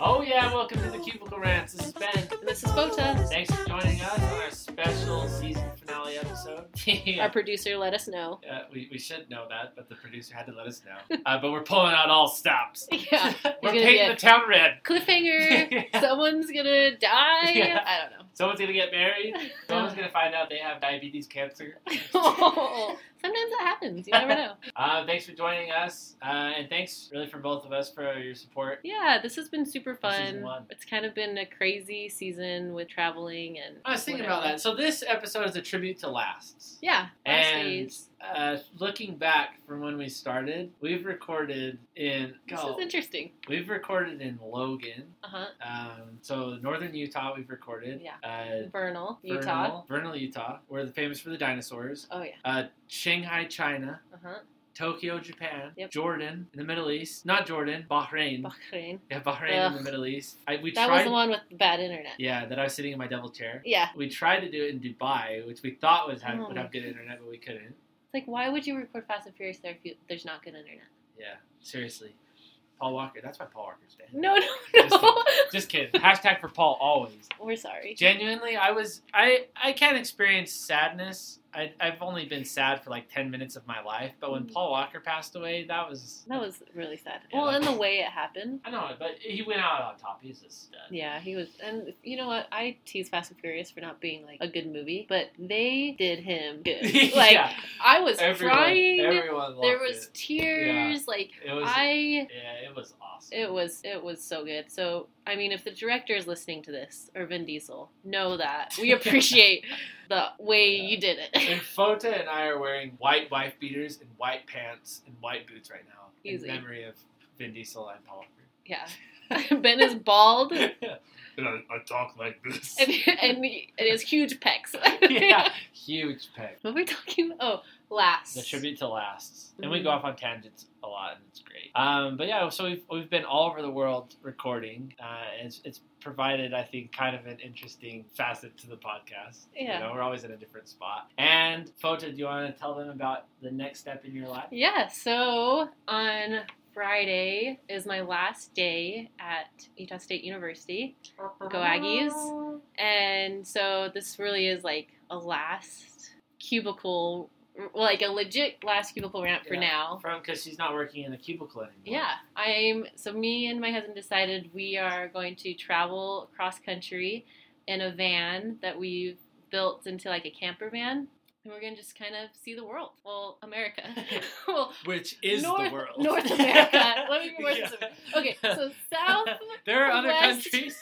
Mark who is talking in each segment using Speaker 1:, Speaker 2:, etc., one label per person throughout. Speaker 1: Oh yeah, welcome to the Cubicle Rants. This is Ben.
Speaker 2: And this is Bota.
Speaker 1: Thanks for joining us on our special season finale episode.
Speaker 2: Our producer let us know.
Speaker 1: Uh, we, we should know that, but the producer had to let us know. Uh, but we're pulling out all stops.
Speaker 2: Yeah.
Speaker 1: we're
Speaker 2: There's gonna be
Speaker 1: painting
Speaker 2: a
Speaker 1: the town red.
Speaker 2: cliffhanger.
Speaker 1: Yeah.
Speaker 2: Someone's gonna die.
Speaker 1: Yeah.
Speaker 2: I don't know.
Speaker 1: Someone's gonna get married. Someone's gonna find out they have diabetes, cancer.
Speaker 2: Sometimes that happens. You never know.
Speaker 1: Uh, thanks for joining us, uh, and thanks really from both of us for your support.
Speaker 2: Yeah, this has been super
Speaker 1: Season
Speaker 2: fun.
Speaker 1: one.
Speaker 2: It's kind of been a crazy season with traveling and.
Speaker 1: I was thinking about
Speaker 2: whatever.
Speaker 1: that. So this episode is a tribute to lasts.
Speaker 2: Yeah. Last
Speaker 1: And
Speaker 2: days.
Speaker 1: Uh, looking back from when we started, we've recorded in
Speaker 2: This
Speaker 1: oh,
Speaker 2: is interesting.
Speaker 1: we've recorded in Logan,
Speaker 2: Uh huh.
Speaker 1: um, so northern Utah. We've recorded,
Speaker 2: Yeah.
Speaker 1: uh,
Speaker 2: Vernal, Utah.
Speaker 1: Vernal, Vernal, Utah. We're the famous for the dinosaurs.
Speaker 2: Oh yeah.
Speaker 1: Uh, Shanghai, China.
Speaker 2: Uh huh.
Speaker 1: Tokyo, Japan,
Speaker 2: Yep.
Speaker 1: Jordan in the Middle East, not Jordan, Bahrain.
Speaker 2: Bahrain.
Speaker 1: yeah, Bahrain in
Speaker 2: Ugh.
Speaker 1: the Middle East. I, Mm. we
Speaker 2: That
Speaker 1: tried,
Speaker 2: was the one with bad internet.
Speaker 1: yeah, that I was sitting in my double chair.
Speaker 2: Yeah.
Speaker 1: We tried to do it in Dubai, which we thought was have,
Speaker 2: Oh
Speaker 1: would
Speaker 2: my
Speaker 1: have good internet, but we couldn't.
Speaker 2: It's like, why would you record Fast and Furious there if you, there's not good internet?
Speaker 1: Yeah, seriously. Paul Walker, that's why Paul Walker's dead.
Speaker 2: No, no,
Speaker 1: Just
Speaker 2: no.
Speaker 1: Just kidding. Hashtag for Paul always.
Speaker 2: We're sorry.
Speaker 1: Genuinely, I was I I can't experience sadness. I I've only been sad for like ten minutes of my life, but when
Speaker 2: Mhm.
Speaker 1: Paul Walker passed away, that was
Speaker 2: That was really sad.
Speaker 1: Yeah,
Speaker 2: well,
Speaker 1: that-
Speaker 2: and the way it happened.
Speaker 1: I know, but he went out on top. He's a stud.
Speaker 2: Yeah, he was. And you know what? I tease Fast and Furious for not being like a good movie, but they did him good. Like
Speaker 1: yeah,
Speaker 2: I was
Speaker 1: everyone,
Speaker 2: crying.
Speaker 1: everyone loved
Speaker 2: there was
Speaker 1: it.
Speaker 2: tears. Like
Speaker 1: It was
Speaker 2: I.
Speaker 1: yeah, it was awesome.
Speaker 2: It was it was so good. So I mean, if the director is listening to this or Vin Diesel, know that we appreciate the way
Speaker 1: Yeah.
Speaker 2: you did
Speaker 1: And
Speaker 2: it.
Speaker 1: Fota and I are wearing white wife beaters and white pants and white boots right now
Speaker 2: Easy.
Speaker 1: in memory of Vin Diesel and Paul Walker.
Speaker 2: yeah, Ben is bald and,
Speaker 1: and I, I talk like this.
Speaker 2: and he- and his huge pecs.
Speaker 1: yeah, huge peg.
Speaker 2: What were we talking about? Oh, last.
Speaker 1: The tribute to lasts, and we
Speaker 2: Mhm.
Speaker 1: go off on tangents a lot, and it's great. Um, but yeah, so we've we've been all over the world recording. Uh, it's it's provided, I think, kind of an interesting facet to the podcast.
Speaker 2: Yeah.
Speaker 1: you know, we're always in a different spot. And Fota, do you want to tell them about the next step in your life?
Speaker 2: Yeah, so on Friday is my last day at Utah State University. Go Aggies. And so this really is like a last cubicle, like a legit last cubicle rant for
Speaker 1: Yeah.
Speaker 2: now.
Speaker 1: From because she's not working in the cubicle anymore.
Speaker 2: Yeah, I'm. So me and my husband decided we are going to travel cross country in a van that we've built into like a camper van, and we're gonna just kind of see the world. Well, America. well,
Speaker 1: which is
Speaker 2: North-
Speaker 1: the world.
Speaker 2: North America. Let me be more specific. okay, so south.
Speaker 1: There are other
Speaker 2: West.
Speaker 1: countries.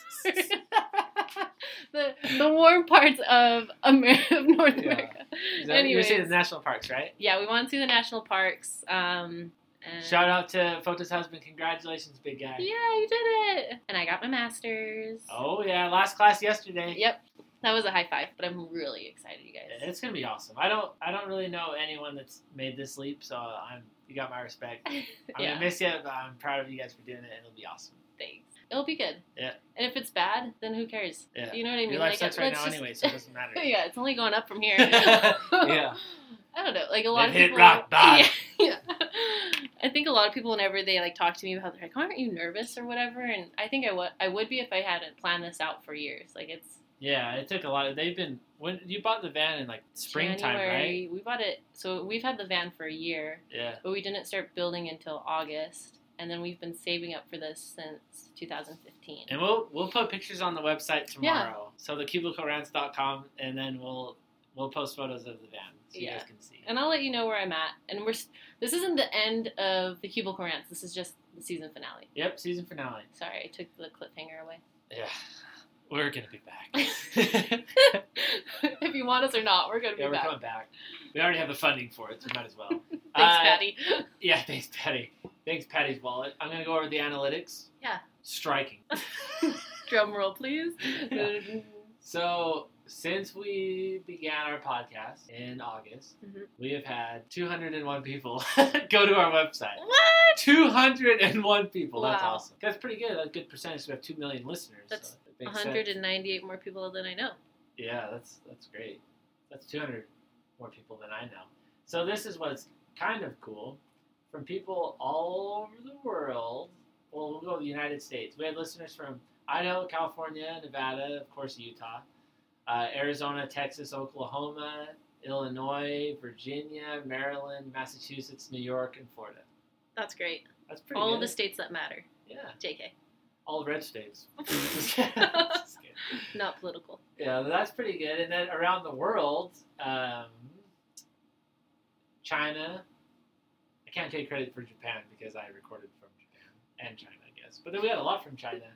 Speaker 2: the, the warm parts of, Amer- of North
Speaker 1: Yeah.
Speaker 2: America.
Speaker 1: Is that- You're saying
Speaker 2: Anyways.
Speaker 1: the national parks, right?
Speaker 2: Yeah, we want to see the national parks. Um, and
Speaker 1: Shout out to Foto's husband. Congratulations, big guy.
Speaker 2: Yeah, you did it. And I got my master's.
Speaker 1: Oh yeah, last class yesterday.
Speaker 2: Yep. That was a high five, but I'm really excited, you guys.
Speaker 1: It's gonna be awesome. I don't, I don't really know anyone that's made this leap, so I'm, you got my respect. I'm
Speaker 2: yeah,
Speaker 1: gonna miss you, but I'm proud of you guys for doing it. It'll be awesome.
Speaker 2: thanks. It'll be good.
Speaker 1: Yeah.
Speaker 2: And if it's bad, then who cares?
Speaker 1: Yeah.
Speaker 2: You know what I mean?
Speaker 1: Your life sucks right
Speaker 2: let's
Speaker 1: now
Speaker 2: just-
Speaker 1: anyway, so it doesn't matter.
Speaker 2: yeah, it's only going up from here.
Speaker 1: Yeah.
Speaker 2: I don't know. Like a lot
Speaker 1: They've
Speaker 2: of
Speaker 1: hit
Speaker 2: people.
Speaker 1: rock bottom.
Speaker 2: Yeah, yeah. I think a lot of people, whenever they like talk to me about, they're like, "Oh, "Aren't you nervous or whatever?" And I think I would, I would be if I hadn't planned this out for years. Like it's
Speaker 1: Yeah, it took a lot. Of, they've been when you bought the van in like springtime, right?
Speaker 2: January. We bought it, so we've had the van for a year,
Speaker 1: Yeah.
Speaker 2: but we didn't start building until August, and then we've been saving up for this since 2015.
Speaker 1: And we'll we'll put pictures on the website
Speaker 2: Yeah.
Speaker 1: tomorrow. So the cubiclerants.com and then we'll we'll post photos of the van so you
Speaker 2: Yeah.
Speaker 1: guys can see.
Speaker 2: And I'll let you know where I'm at. And we're s- this isn't the end of the Cubicle Rants. This is just the season finale.
Speaker 1: Yep, season finale.
Speaker 2: Sorry, I took the cliffhanger away.
Speaker 1: Yeah. We're gonna be back.
Speaker 2: if you want us or not, we're gonna be
Speaker 1: yeah, we're
Speaker 2: back.
Speaker 1: coming back. We already have the funding for it, so we might as well. Thanks,
Speaker 2: Thanks, Patty.
Speaker 1: Yeah, thanks, Patty. Thanks, Patty's wallet. I'm gonna go over the analytics.
Speaker 2: Yeah.
Speaker 1: Striking.
Speaker 2: Drum roll, please.
Speaker 1: So since we began our podcast in August,
Speaker 2: Mhm.
Speaker 1: we have had 201 people go to our website.
Speaker 2: what?
Speaker 1: 201 people. That's
Speaker 2: Wow.
Speaker 1: awesome. That's pretty good. That's a good percentage. We have 2 million listeners.
Speaker 2: That's
Speaker 1: so it makes sense.
Speaker 2: 198 more people than I know.
Speaker 1: Yeah, that's that's great. That's 200 more people than I know. So this is what's kind of cool from people all over the world. Well, we'll go people of the United States. We had listeners from Idaho, California, Nevada, of course, Utah, uh, Arizona, Texas, Oklahoma, Illinois, Virginia, Maryland, Massachusetts, New York, and Florida.
Speaker 2: That's great.
Speaker 1: That's pretty
Speaker 2: All
Speaker 1: good.
Speaker 2: the states that matter.
Speaker 1: yeah,
Speaker 2: JK.
Speaker 1: all red states. Just kidding. Just kidding.
Speaker 2: Not political.
Speaker 1: Yeah, well, that's pretty good. And then around the world, um, China. I can't take credit for Japan because I recorded from Japan and China, I guess. But then we had a lot from China.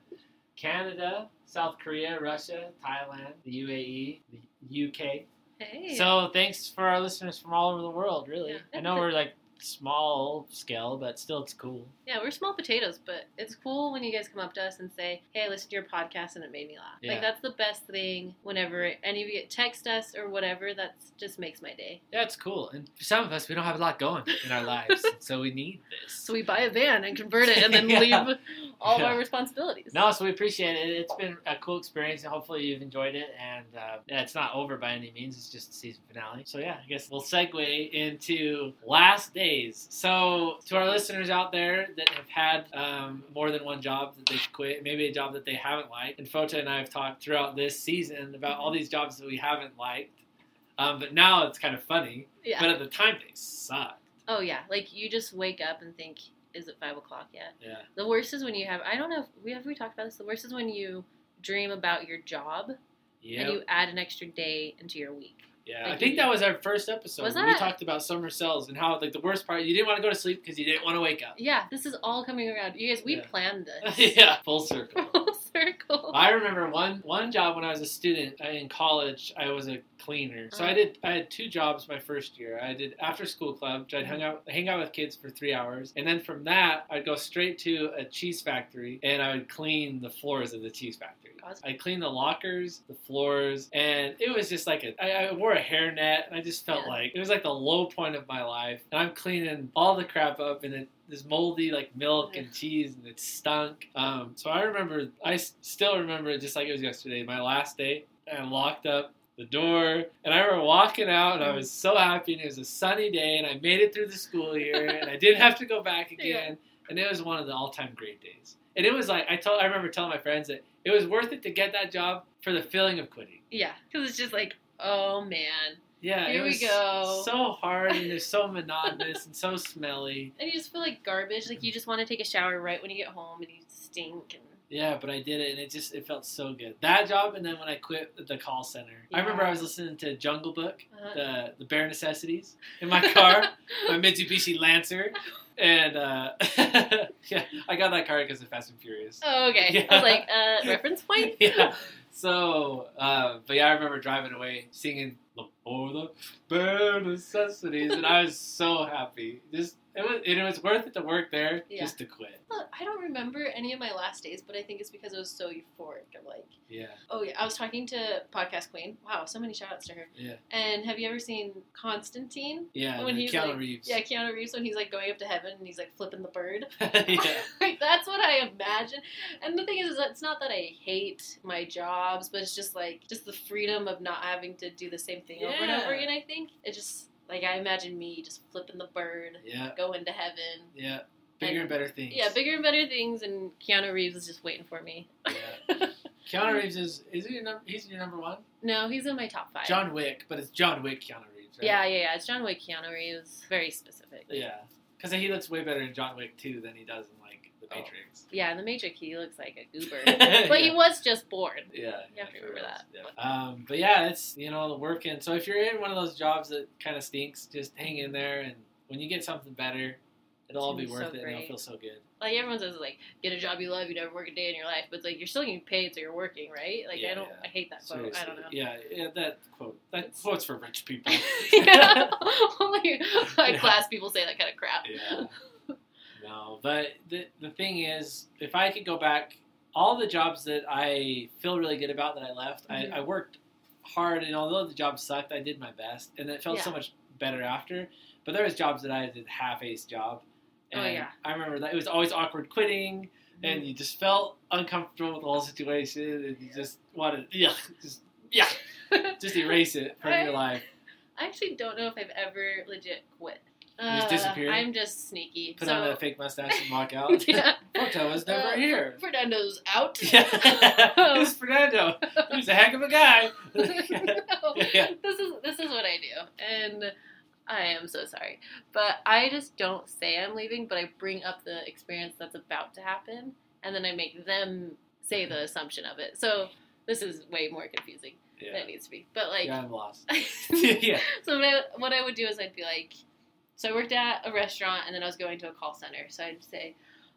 Speaker 1: Canada, South Korea, Russia, Thailand, the UAE, the UK.
Speaker 2: Hey.
Speaker 1: So thanks for our listeners from all over the world, really.
Speaker 2: Yeah.
Speaker 1: I know we're like small scale, but still it's cool.
Speaker 2: yeah, we're small potatoes, but it's cool when you guys come up to us and say, "Hey, I listened to your podcast and it made me laugh."
Speaker 1: Yeah.
Speaker 2: Like that's the best thing. Whenever any of you text us or whatever, that just makes my day.
Speaker 1: Yeah, it's cool. And for some of us, we don't have a lot going in our lives, so we need this.
Speaker 2: So we buy a van and convert it, and then
Speaker 1: Yeah.
Speaker 2: leave all
Speaker 1: Yeah.
Speaker 2: our responsibilities.
Speaker 1: No, so we appreciate it. It's been a cool experience, and hopefully you've enjoyed it. And uh, yeah, it's not over by any means. It's just the season finale. So yeah, I guess we'll segue into last days. So to our listeners out there that have had um, more than one job that they've quit, maybe a job that they haven't liked. And Fota and I have talked throughout this season about all these jobs that we haven't liked. Um, but now it's kind of funny.
Speaker 2: Yeah.
Speaker 1: But at the time, they sucked.
Speaker 2: oh yeah. Like you just wake up and think, "Is it five o'clock yet?"
Speaker 1: Yeah.
Speaker 2: The worst is when you have. I don't know. If, we have we talked about this. The worst is when you dream about your job and
Speaker 1: Yeah.
Speaker 2: you add an extra day into your week.
Speaker 1: Yeah,
Speaker 2: Like,
Speaker 1: I think
Speaker 2: you-
Speaker 1: that was our first episode.
Speaker 2: Was
Speaker 1: when We
Speaker 2: that?
Speaker 1: talked about summer cells and how like the worst part you didn't want to go to sleep because you didn't want to wake up.
Speaker 2: Yeah, this is all coming around. You guys, we
Speaker 1: Yeah.
Speaker 2: planned this.
Speaker 1: yeah, full circle.
Speaker 2: Full circle.
Speaker 1: I remember one one job when I was a student uh, in college. I was a cleaner, so
Speaker 2: Uh-huh.
Speaker 1: I did I had two jobs my first year. I did after school club, which I'd hang
Speaker 2: Uh-huh.
Speaker 1: out hang out with kids for three hours, and then from that I'd go straight to a cheese factory and I would clean the floors of the cheese factory.
Speaker 2: Awesome.
Speaker 1: I cleaned the lockers, the floors, and it was just like a. I, I wore a hairnet, and I just felt
Speaker 2: Yeah.
Speaker 1: like it was like the low point of my life. And I'm cleaning all the crap up, and it this moldy like milk and cheese, and it stunk. Um, so I remember, I s- still remember it just like it was yesterday, my last day. And I locked up the door, and I remember walking out, and I was so happy, and it was a sunny day, and I made it through the school year, and I didn't have to go back again. And it was one of the all-time great days. And it was like I told, I remember telling my friends that it was worth it to get that job for the feeling of quitting.
Speaker 2: yeah, because it's just like, oh man,
Speaker 1: Yeah,
Speaker 2: Here
Speaker 1: it
Speaker 2: we
Speaker 1: was
Speaker 2: go.
Speaker 1: so hard and it's so monotonous and so smelly.
Speaker 2: and you just feel like garbage. Like you just want to take a shower right when you get home, and you stink. And
Speaker 1: Yeah, but I did it, and it just it felt so good. That job, and then when I quit the call center, I remember
Speaker 2: Yeah.
Speaker 1: I was listening to Jungle Book,
Speaker 2: Uh-huh.
Speaker 1: the the bare necessities, in my car, my Mitsubishi Lancer, and uh, yeah, I got that car because of Fast and Furious.
Speaker 2: oh, okay. I was like, uh, reference point.
Speaker 1: yeah. So, uh, but yeah, I remember driving away singing "For the Bare Necessities," and I was so happy. Just it was, it was worth it to work there
Speaker 2: Yeah.
Speaker 1: just to quit.
Speaker 2: Uh, I don't remember any of my last days, but I think it's because I was so euphoric. I'm like,
Speaker 1: Yeah,
Speaker 2: oh yeah, I was talking to Podcast Queen. Wow, so many shout outs to her.
Speaker 1: yeah,
Speaker 2: And have you ever seen Constantine?
Speaker 1: yeah.
Speaker 2: When
Speaker 1: and
Speaker 2: he's
Speaker 1: Keanu
Speaker 2: like-
Speaker 1: Reeves.
Speaker 2: Yeah, Keanu Reeves when he's like going up to heaven and he's like flipping the bird.
Speaker 1: yeah,
Speaker 2: like that's what I imagine. And the thing is, is that it's not that I hate my jobs, but it's just like just the freedom of not having to do the same thing over and over
Speaker 1: Yeah.
Speaker 2: again. I think it just like I imagine me just flipping the bird,
Speaker 1: yeah,
Speaker 2: going to heaven.
Speaker 1: yeah. Bigger and better things.
Speaker 2: Yeah, bigger and better things, and Keanu Reeves is just waiting for me.
Speaker 1: Yeah. Keanu Reeves is is he your number? He's your number one.
Speaker 2: No, he's in my top five.
Speaker 1: John Wick, but it's John Wick Keanu Reeves. Right?
Speaker 2: Yeah, yeah, yeah. It's John Wick, Keanu Reeves. Very specific.
Speaker 1: yeah. Because he looks way better in John Wick 2 than he does in like The
Speaker 2: Oh.
Speaker 1: Matrix.
Speaker 2: Yeah, in The Matrix, he looks like a goober, but he
Speaker 1: Yeah.
Speaker 2: was just born.
Speaker 1: Yeah,
Speaker 2: You have to
Speaker 1: for
Speaker 2: remember
Speaker 1: reals,
Speaker 2: that.
Speaker 1: yeah. Um, but yeah, it's you know the work and so if you're in one of those jobs that kind of stinks, just hang in there and when you get something better, it'll
Speaker 2: It's
Speaker 1: all
Speaker 2: gonna
Speaker 1: be
Speaker 2: be
Speaker 1: worth
Speaker 2: so
Speaker 1: it and
Speaker 2: great.
Speaker 1: it'll feel so good.
Speaker 2: like everyone says like get a job you love you never work a day in your life but it's like you're still getting paid so you're working right like
Speaker 1: Yeah,
Speaker 2: i don't
Speaker 1: yeah.
Speaker 2: i hate that quote i
Speaker 1: Seriously.
Speaker 2: don't know
Speaker 1: Yeah, yeah, that quote. That
Speaker 2: It's-
Speaker 1: quote's for rich people.
Speaker 2: yeah. Only like
Speaker 1: Yeah.
Speaker 2: class people say that kind of crap
Speaker 1: yeah. No, but the the thing is, if I could go back, all the jobs that I feel really good about that I left,
Speaker 2: Mhm.
Speaker 1: I, I worked hard, and although the job sucked, I did my best, and it felt so
Speaker 2: Yeah.
Speaker 1: much better after. But there was jobs that I did half ace job,
Speaker 2: Oh,
Speaker 1: and
Speaker 2: yeah.
Speaker 1: I remember that it was always awkward quitting, and you just felt uncomfortable with the whole situation, and you just wanted to yeah, just yeah, just erase it from your
Speaker 2: Right.
Speaker 1: life.
Speaker 2: i actually don't know if i've ever legit quit
Speaker 1: just
Speaker 2: Uh,
Speaker 1: disappear?
Speaker 2: I'm just sneaky.
Speaker 1: Put
Speaker 2: so,
Speaker 1: on a fake mustache and walk out.
Speaker 2: yeah.
Speaker 1: Porto's never
Speaker 2: Uh,
Speaker 1: here.
Speaker 2: Fernando's out.
Speaker 1: Yeah. Who's Fernando? He's a heck of a guy.
Speaker 2: No.
Speaker 1: Yeah.
Speaker 2: This is this is what I do, and I am so sorry. But I just don't say I'm leaving, but I bring up the experience that's about to happen, and then I make them say the assumption of it. So this is way more confusing than
Speaker 1: yeah.
Speaker 2: it needs to be. But like,
Speaker 1: yeah, I'm lost. yeah.
Speaker 2: so what I, what I would do is I'd be like, so I worked at a restaurant and then I was going to a call center. So I'd say,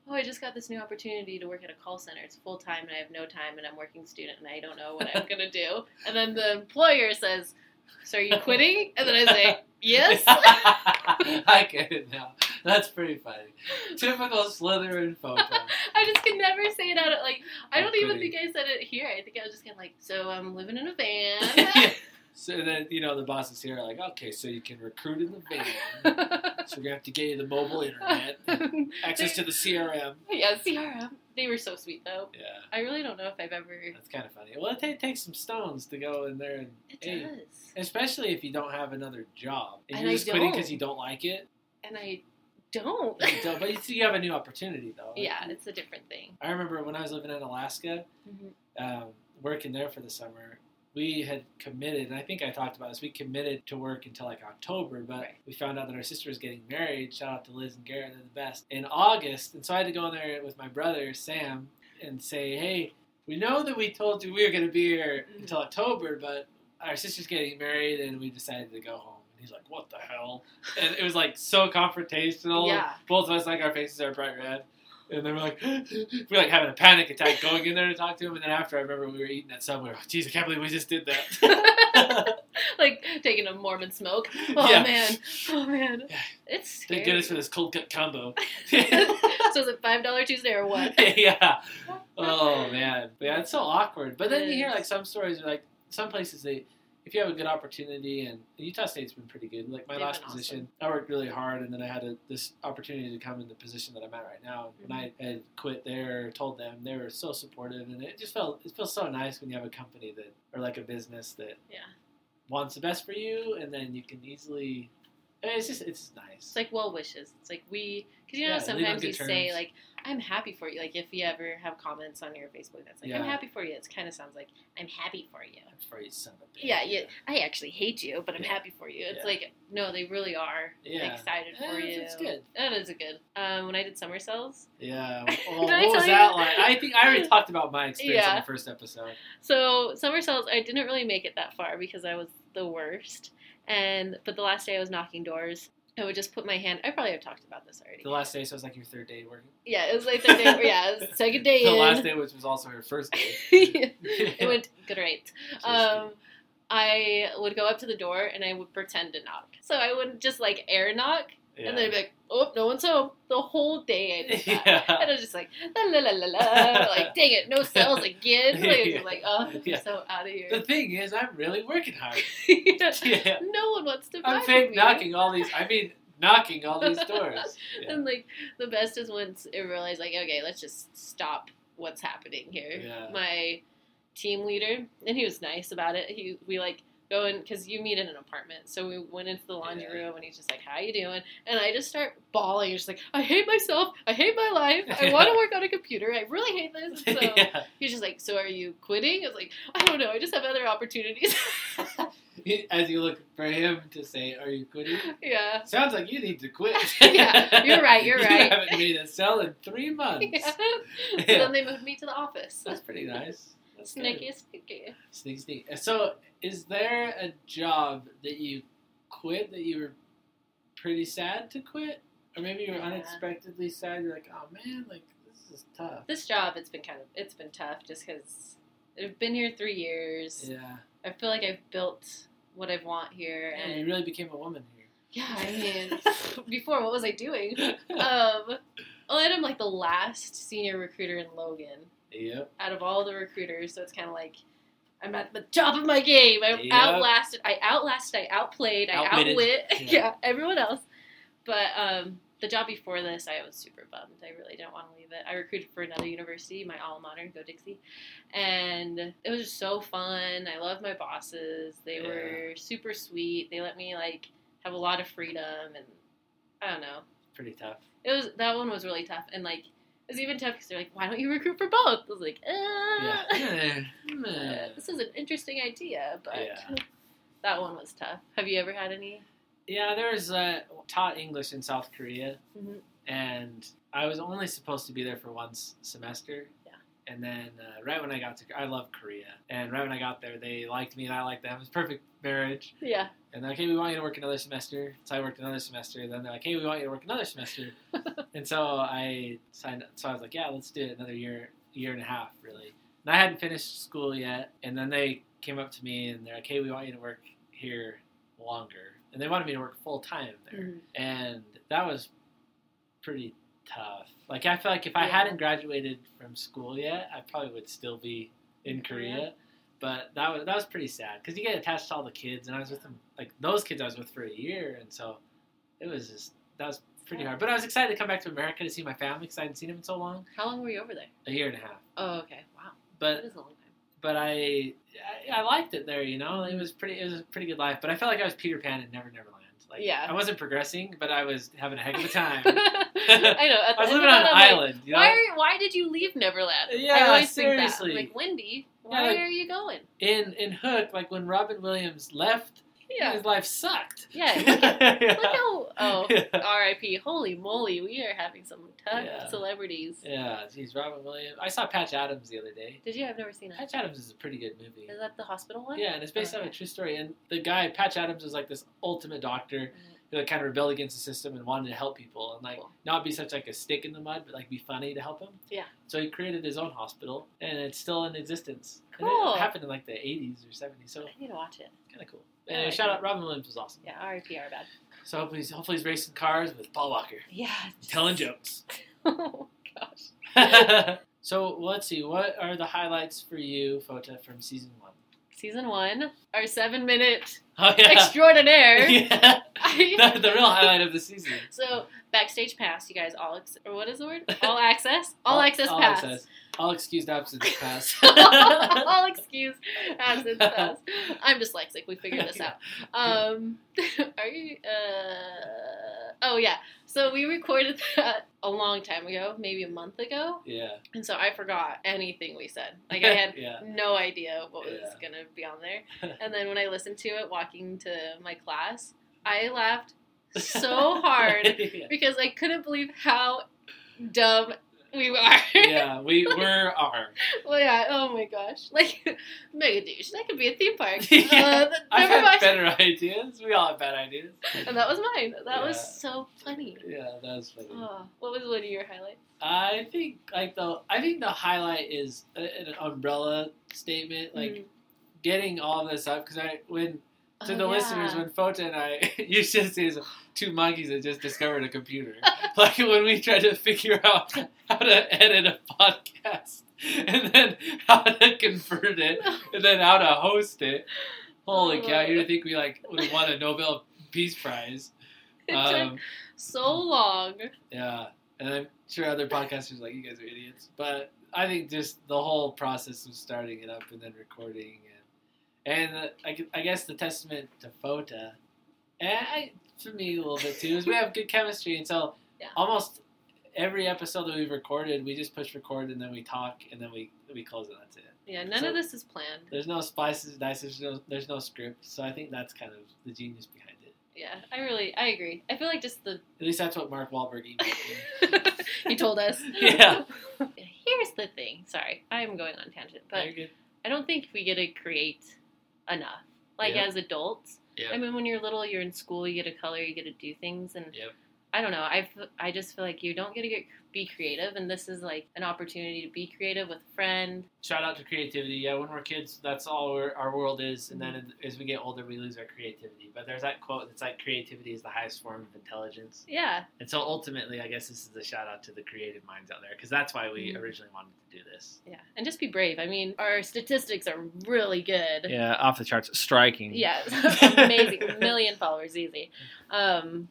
Speaker 2: oh, I just got this new opportunity to work at a call center. It's full time and I have no time and I'm working student and I don't know what I'm gonna do. And then the employer says, so are you quitting? And then I say, yes.
Speaker 1: I get it now. That's pretty funny. Typical Slytherin photo.
Speaker 2: I just can never say it out. of- Like I
Speaker 1: I'm
Speaker 2: don't even
Speaker 1: quitting.
Speaker 2: think I said it here. I think I was just kind of like, so I'm living in a van.
Speaker 1: yeah. So then, you know, the bosses here are like, okay, so you can recruit in the van. So we're going to have to get you the mobile internet, access to the CRM.
Speaker 2: yeah, CRM. They were so sweet though.
Speaker 1: Yeah,
Speaker 2: I really don't know if I've ever.
Speaker 1: that's kind of funny. Well, it ta- takes some stones to go in there and
Speaker 2: It
Speaker 1: aim.
Speaker 2: does.
Speaker 1: Especially if you don't have another job. If
Speaker 2: And
Speaker 1: you're
Speaker 2: I
Speaker 1: just quitting
Speaker 2: don't.
Speaker 1: because you don't like it.
Speaker 2: and I don't.
Speaker 1: you don't- but you, see you have a new opportunity, though.
Speaker 2: yeah, it's a different thing.
Speaker 1: I remember when I was living in Alaska,
Speaker 2: Mm-hmm.
Speaker 1: um, working there for the summer, we had committed, and I think I talked about this, we committed to work until like October, but
Speaker 2: Right.
Speaker 1: we found out that our sister was getting married. Shout out to Liz and Garrett, they're the best. In August, and so I had to go in there with my brother, Sam, and say, hey, we know that we told you we were going to be here
Speaker 2: Mhm.
Speaker 1: until October, but our sister's getting married, and we decided to go home. And he's like, what the hell? And it was like so confrontational
Speaker 2: Yeah.
Speaker 1: both of us like our faces are bright red. And then we're like, we're like having a panic attack going in there to talk to him. And then after, I remember we were eating at Subway. Oh, geez, I can't believe we just did that.
Speaker 2: like taking a Mormon smoke. Oh
Speaker 1: Yeah.
Speaker 2: man. Oh man.
Speaker 1: Yeah.
Speaker 2: It's
Speaker 1: they
Speaker 2: scary.
Speaker 1: get us for this cold cut combo.
Speaker 2: so is it five dollar Tuesday or what?
Speaker 1: yeah. Oh man, but yeah, it's so awkward. But then you hear
Speaker 2: Yes.
Speaker 1: like some stories, like some places they, if you have a good opportunity, and Utah State's been pretty good. Like my
Speaker 2: They've
Speaker 1: last
Speaker 2: been
Speaker 1: position, I worked really hard, and then I had a, this opportunity to come in the position that I'm at right now. And When
Speaker 2: Mm-hmm.
Speaker 1: I had quit there, told them they were so supportive, and it just felt it feels so nice when you have a company that or like a business that
Speaker 2: Yeah.
Speaker 1: wants the best for you, and then you can easily. It's just it's nice.
Speaker 2: It's like well wishes. It's like we, because you know
Speaker 1: Yeah, leave on
Speaker 2: sometimes
Speaker 1: good
Speaker 2: you say
Speaker 1: terms.
Speaker 2: like I'm happy for you. Like if you ever have comments on your Facebook, that's like I'm
Speaker 1: Yeah.
Speaker 2: happy for you. It kind of sounds like I'm happy for you.
Speaker 1: for you, son of a bitch.
Speaker 2: Yeah, yeah. I actually hate you, but I'm
Speaker 1: Yeah.
Speaker 2: happy for you. It's
Speaker 1: Yeah.
Speaker 2: like no, they really are
Speaker 1: Yeah.
Speaker 2: excited for
Speaker 1: Eh,
Speaker 2: you.
Speaker 1: it's good.
Speaker 2: That is good. Um, when I did summer cells,
Speaker 1: Yeah. Well,
Speaker 2: Did I
Speaker 1: what was
Speaker 2: tell
Speaker 1: that
Speaker 2: you?
Speaker 1: like? I think I already talked about my experience on
Speaker 2: Yeah.
Speaker 1: the first episode.
Speaker 2: So summer cells, I didn't really make it that far because I was the worst. And but the last day I was knocking doors, I would just put my hand. I probably have talked about this already.
Speaker 1: The last day, so it was like your third day working.
Speaker 2: Yeah, it was like the day. Yeah, it was second day
Speaker 1: The
Speaker 2: in.
Speaker 1: last day, which was also her first day.
Speaker 2: it went great.
Speaker 1: Just-
Speaker 2: Um, I would go up to the door and I would pretend to knock. So I would just like air knock,
Speaker 1: yeah.
Speaker 2: and then I'd be like, "Oh, no one's home." The whole day I did that.
Speaker 1: yeah.
Speaker 2: And I was just like, la la la la la, like, dang it, no cells again. Like, I was just like, oh, I'm
Speaker 1: Yeah.
Speaker 2: so out of
Speaker 1: The
Speaker 2: here.
Speaker 1: thing is, I'm really working hard. Yeah.
Speaker 2: No one wants to buy
Speaker 1: I'm
Speaker 2: from
Speaker 1: fake
Speaker 2: me.
Speaker 1: knocking all these. I mean, knocking all these doors. Yeah.
Speaker 2: And like the best is once I realized, like, okay, let's just stop what's happening here.
Speaker 1: Yeah.
Speaker 2: My team leader, and he was nice about it. He we like go in because you meet in an apartment, so we went into the laundry
Speaker 1: Yeah.
Speaker 2: room, and he's just like, "How you doing?" And I just start bawling. Just like, I hate myself. I hate my life. I want to work on a computer. I really hate this. And so
Speaker 1: yeah.
Speaker 2: He's just like, so are you quitting? I was like, I don't know. I just have other opportunities.
Speaker 1: As you look for him to say, "Are you quitting?"
Speaker 2: yeah.
Speaker 1: Sounds like you need to quit.
Speaker 2: Yeah, you're right, you're
Speaker 1: You
Speaker 2: right.
Speaker 1: haven't made a sell in three months.
Speaker 2: yeah. So
Speaker 1: Yeah.
Speaker 2: then they moved me to the office.
Speaker 1: That's pretty nice. That's good.
Speaker 2: Sneaky, sneaky.
Speaker 1: Sneak, sneak. So, is there a job that you quit that you were pretty sad to quit, or maybe you were
Speaker 2: Yeah.
Speaker 1: unexpectedly sad? You're like, oh man, like this is tough.
Speaker 2: This job, it's been kind of, it's been tough just because I've been here three years.
Speaker 1: Yeah,
Speaker 2: I feel like I've built what I want here.
Speaker 1: and you
Speaker 2: And
Speaker 1: really became a woman here.
Speaker 2: yeah, I mean, before, what was I doing? Um, oh, and I'm like the last senior recruiter in Logan.
Speaker 1: yep.
Speaker 2: out of all the recruiters, so it's kind of like I'm at the top of my game. I
Speaker 1: Yep.
Speaker 2: outlasted, I outlasted, I outplayed, I
Speaker 1: Outwitted.
Speaker 2: outwit,
Speaker 1: Yeah.
Speaker 2: yeah. everyone else. But um, the job before this, I was super bummed. I really didn't want to leave it. I recruited for another university, my alma mater, Go Dixie, and it was just so fun. I loved my bosses; they
Speaker 1: Yeah.
Speaker 2: were super sweet. They let me like have a lot of freedom, and I don't know.
Speaker 1: Pretty tough.
Speaker 2: It was that one was really tough, and like it was even tough because they're like, why don't you recruit for both? I was like,
Speaker 1: Yeah.
Speaker 2: uh,
Speaker 1: yeah.
Speaker 2: this is an interesting idea, but
Speaker 1: Yeah.
Speaker 2: that one was tough. Have you ever had any?
Speaker 1: Yeah, there was uh, taught English in South Korea,
Speaker 2: Mhm.
Speaker 1: and I was only supposed to be there for one s- semester.
Speaker 2: Yeah.
Speaker 1: And then uh, right when I got to, I love Korea, and right when I got there, they liked me and I liked them. It was a perfect marriage.
Speaker 2: Yeah,
Speaker 1: And they're like, hey, we want you to work another semester. So I worked another semester. And then they're like, hey, we want you to work another semester. and so I signed. So I was like, yeah, let's do it another year, year and a half, really. And I hadn't finished school yet. And then they came up to me and they're like, hey, we want you to work here longer. And they wanted me to work full time there
Speaker 2: Mm-hmm.
Speaker 1: and that was pretty tough. Like I feel like if I
Speaker 2: Yeah.
Speaker 1: hadn't graduated from school yet, I probably would still be in
Speaker 2: In Korea?
Speaker 1: Korea. But that was that was pretty sad because you get attached to all the kids, and I was with them like those kids I was with for a year, and so it was just that was pretty
Speaker 2: Sad.
Speaker 1: hard. But I was excited to come back to America to see my family because I hadn't seen them in so long,
Speaker 2: how long were you over there?
Speaker 1: a year and a half.
Speaker 2: Oh, okay, wow, that
Speaker 1: But
Speaker 2: is a long time.
Speaker 1: but I I, I liked it there, you know. It was pretty it was a pretty good life. But I felt like I was Peter Pan in Never Never Land. Like
Speaker 2: Yeah.
Speaker 1: I wasn't progressing, but I was having a heck of a time.
Speaker 2: I know. At
Speaker 1: I
Speaker 2: the
Speaker 1: was
Speaker 2: end
Speaker 1: living
Speaker 2: of
Speaker 1: on
Speaker 2: it,
Speaker 1: an
Speaker 2: I'm like,
Speaker 1: island. you know?
Speaker 2: Why? Are, why did you leave Neverland? I
Speaker 1: Yeah,
Speaker 2: always
Speaker 1: seriously.
Speaker 2: think that. Like Wendy, why
Speaker 1: like-
Speaker 2: are you going?
Speaker 1: in in Hook, like when Robin Williams left,
Speaker 2: Yeah,
Speaker 1: his life sucked.
Speaker 2: yeah. Look, at, look
Speaker 1: yeah.
Speaker 2: how. Oh,
Speaker 1: Yeah.
Speaker 2: R.I.P. Holy moly, we are having some tough
Speaker 1: Yeah.
Speaker 2: celebrities.
Speaker 1: Yeah, geez, Robin Williams. I saw Patch Adams the other day.
Speaker 2: Did you? I've never seen it.
Speaker 1: Patch Adams is a pretty good movie.
Speaker 2: Is that the hospital one?
Speaker 1: Yeah, and it's based on a
Speaker 2: Okay.
Speaker 1: true story. And the guy Patch Adams was like this ultimate doctor who like kind of rebelled against the system and wanted to help people and like
Speaker 2: Mm-hmm. Cool.
Speaker 1: not be such like a stick in the mud, but like be funny to help him.
Speaker 2: Yeah.
Speaker 1: So he created his own hospital, and it's still in existence. And
Speaker 2: Cool.
Speaker 1: it happened in like the 80s or 70s, so
Speaker 2: I need to watch it.
Speaker 1: kind of cool.
Speaker 2: Yeah,
Speaker 1: Anyway,
Speaker 2: I
Speaker 1: shout
Speaker 2: can-
Speaker 1: out Robin Williams was awesome.
Speaker 2: Yeah, R.I.P. Our bad.
Speaker 1: So hopefully, he's, hopefully he's racing cars with Paul Walker,
Speaker 2: Yeah.
Speaker 1: telling jokes.
Speaker 2: oh gosh.
Speaker 1: so let's see, what are the highlights for you, Fota, from season one?
Speaker 2: Season one, our seven-minute
Speaker 1: Oh yeah,
Speaker 2: extraordinaire.
Speaker 1: yeah.
Speaker 2: I-
Speaker 1: The, the real highlight of the season.
Speaker 2: So backstage pass, you guys all ex- or what is the word? All access, all, access
Speaker 1: all
Speaker 2: pass,
Speaker 1: access. all excused absence pass.
Speaker 2: all excuse absence pass. I'm dyslexic. We figured this out. Um, are you? Uh, oh yeah. So we recorded that a long time ago, maybe a month ago,
Speaker 1: yeah,
Speaker 2: and so I forgot anything we said. Like I had.
Speaker 1: yeah,
Speaker 2: No idea what was
Speaker 1: Yeah.
Speaker 2: gonna be on there, and then when I listened to it walking to my class, I laughed so hard
Speaker 1: yeah.
Speaker 2: because I couldn't believe how dumb we are.
Speaker 1: yeah, we were are.
Speaker 2: well, yeah. Oh my gosh. Like mega douche. That could be a theme park.
Speaker 1: Yeah.
Speaker 2: Uh, th-
Speaker 1: I've
Speaker 2: never
Speaker 1: had
Speaker 2: mind.
Speaker 1: better ideas. We all have bad ideas.
Speaker 2: And that was mine. That
Speaker 1: Yeah.
Speaker 2: was so funny.
Speaker 1: Yeah, that was funny.
Speaker 2: Oh, what was one of your highlights?
Speaker 1: I think like the I think the highlight is a, an umbrella statement, like
Speaker 2: Mm.
Speaker 1: getting all this up because I when to
Speaker 2: Oh,
Speaker 1: the
Speaker 2: yeah.
Speaker 1: listeners when Fota and I you should see his two monkeys that just discovered a computer. like when we tried to figure out how to edit a podcast and then how to convert it and then how to host it. Holy
Speaker 2: Oh.
Speaker 1: cow! You would think we like would won a Nobel Peace Prize.
Speaker 2: It took
Speaker 1: Um,
Speaker 2: so long.
Speaker 1: yeah, and I'm sure other podcasters are like you guys are idiots, but I think just the whole process of starting it up and then recording and and I, gu- I guess the testament to Fota and I, for me a little bit too is we have good chemistry, and so
Speaker 2: Yeah.
Speaker 1: almost every episode that we've recorded, we just push record and then we talk and then we we close it. That's it.
Speaker 2: Yeah. None
Speaker 1: So-
Speaker 2: of this is planned.
Speaker 1: There's no spices, dices, there's no, there's no script, so I think that's kind of the genius behind it.
Speaker 2: Yeah. I really. I agree. I feel like just the.
Speaker 1: At least that's what Mark Wahlberg emailed me.
Speaker 2: he told us.
Speaker 1: Yeah.
Speaker 2: Here's the thing. Sorry, I'm going on tangent, but
Speaker 1: Very good.
Speaker 2: I don't think we get to create enough. Like
Speaker 1: Yeah.
Speaker 2: as adults,
Speaker 1: Yeah.
Speaker 2: I mean, when you're little, you're in school, you get to color, you get to do things, and
Speaker 1: Yep.
Speaker 2: I don't know. I f- I just feel like you don't get to get be creative, and this is like an opportunity to be creative with a friend.
Speaker 1: shout out to creativity. Yeah, when we're kids, that's all we're, our world is, and then
Speaker 2: Mm-hmm.
Speaker 1: as we get older, we lose our creativity. But there's that quote that's like, "Creativity is the highest form of intelligence."
Speaker 2: Yeah,
Speaker 1: And so ultimately, I guess this is a shout out to the creative minds out there because that's why we
Speaker 2: Mhm.
Speaker 1: originally wanted to do this.
Speaker 2: yeah, and just be brave. I mean, our statistics are really good.
Speaker 1: Yeah, off the charts, striking.
Speaker 2: Yeah, amazing, million followers, easy. Um,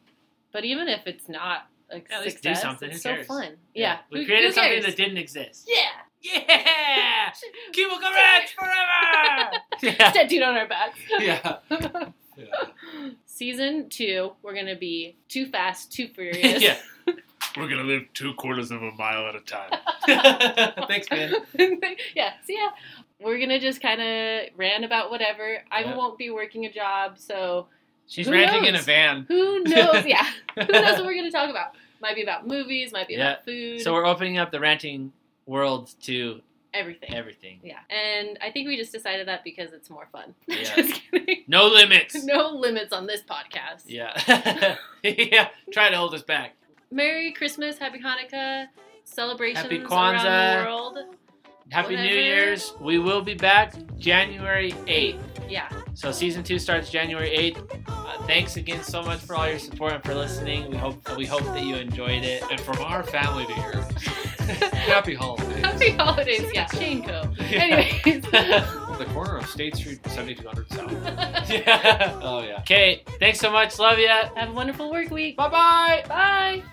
Speaker 2: but even if it's not a
Speaker 1: At least do
Speaker 2: success,
Speaker 1: something,
Speaker 2: it's
Speaker 1: who
Speaker 2: so
Speaker 1: cares?
Speaker 2: fun. Yeah,
Speaker 1: we
Speaker 2: Who-
Speaker 1: created
Speaker 2: who
Speaker 1: something
Speaker 2: cares?
Speaker 1: that didn't exist.
Speaker 2: Yeah,
Speaker 1: Yeah, Cubicle Ranch forever. yeah.
Speaker 2: tattooed on our backs.
Speaker 1: yeah.
Speaker 2: season two, we're gonna be too fast, too furious.
Speaker 3: yeah. We're gonna live two quarters of a mile at a time. Thanks, man.
Speaker 2: yeah. So yeah, we're gonna just kind of rant about whatever. I
Speaker 3: Yeah.
Speaker 2: won't be working a job, so
Speaker 3: She's
Speaker 2: Who
Speaker 3: ranting in a
Speaker 2: knows?
Speaker 3: van.
Speaker 2: who knows? yeah. Who knows what we're gonna talk about? Might be about movies. Might be about food.
Speaker 1: So we're opening up the ranting world to
Speaker 2: everything.
Speaker 1: everything.
Speaker 2: yeah. And I think we just decided that because it's more fun.
Speaker 1: Yeah.
Speaker 2: just kidding.
Speaker 1: No limits.
Speaker 2: No limits on this podcast.
Speaker 1: Yeah. yeah. Try to hold us back.
Speaker 2: Merry Christmas, Happy Hanukkah, celebrations
Speaker 1: Happy
Speaker 2: around
Speaker 1: Kwanzaa.
Speaker 2: the world.
Speaker 1: Happy New
Speaker 2: Whatever.
Speaker 1: Year's. We will be back January 8th.
Speaker 2: Yeah.
Speaker 1: So season 2 starts January 8th. Uh, thanks again so much for all your support and for listening. We hope we hope that you enjoyed it.
Speaker 3: And from our family to yours, happy holidays.
Speaker 2: Happy holidays. Yeah. Shane Co. Anyways.
Speaker 3: The corner of State Street, 7200 South.
Speaker 1: yeah.
Speaker 3: Oh yeah.
Speaker 1: Okay, thanks so much. Love ya.
Speaker 2: Have a wonderful work week.
Speaker 1: Bye-bye.
Speaker 2: Bye.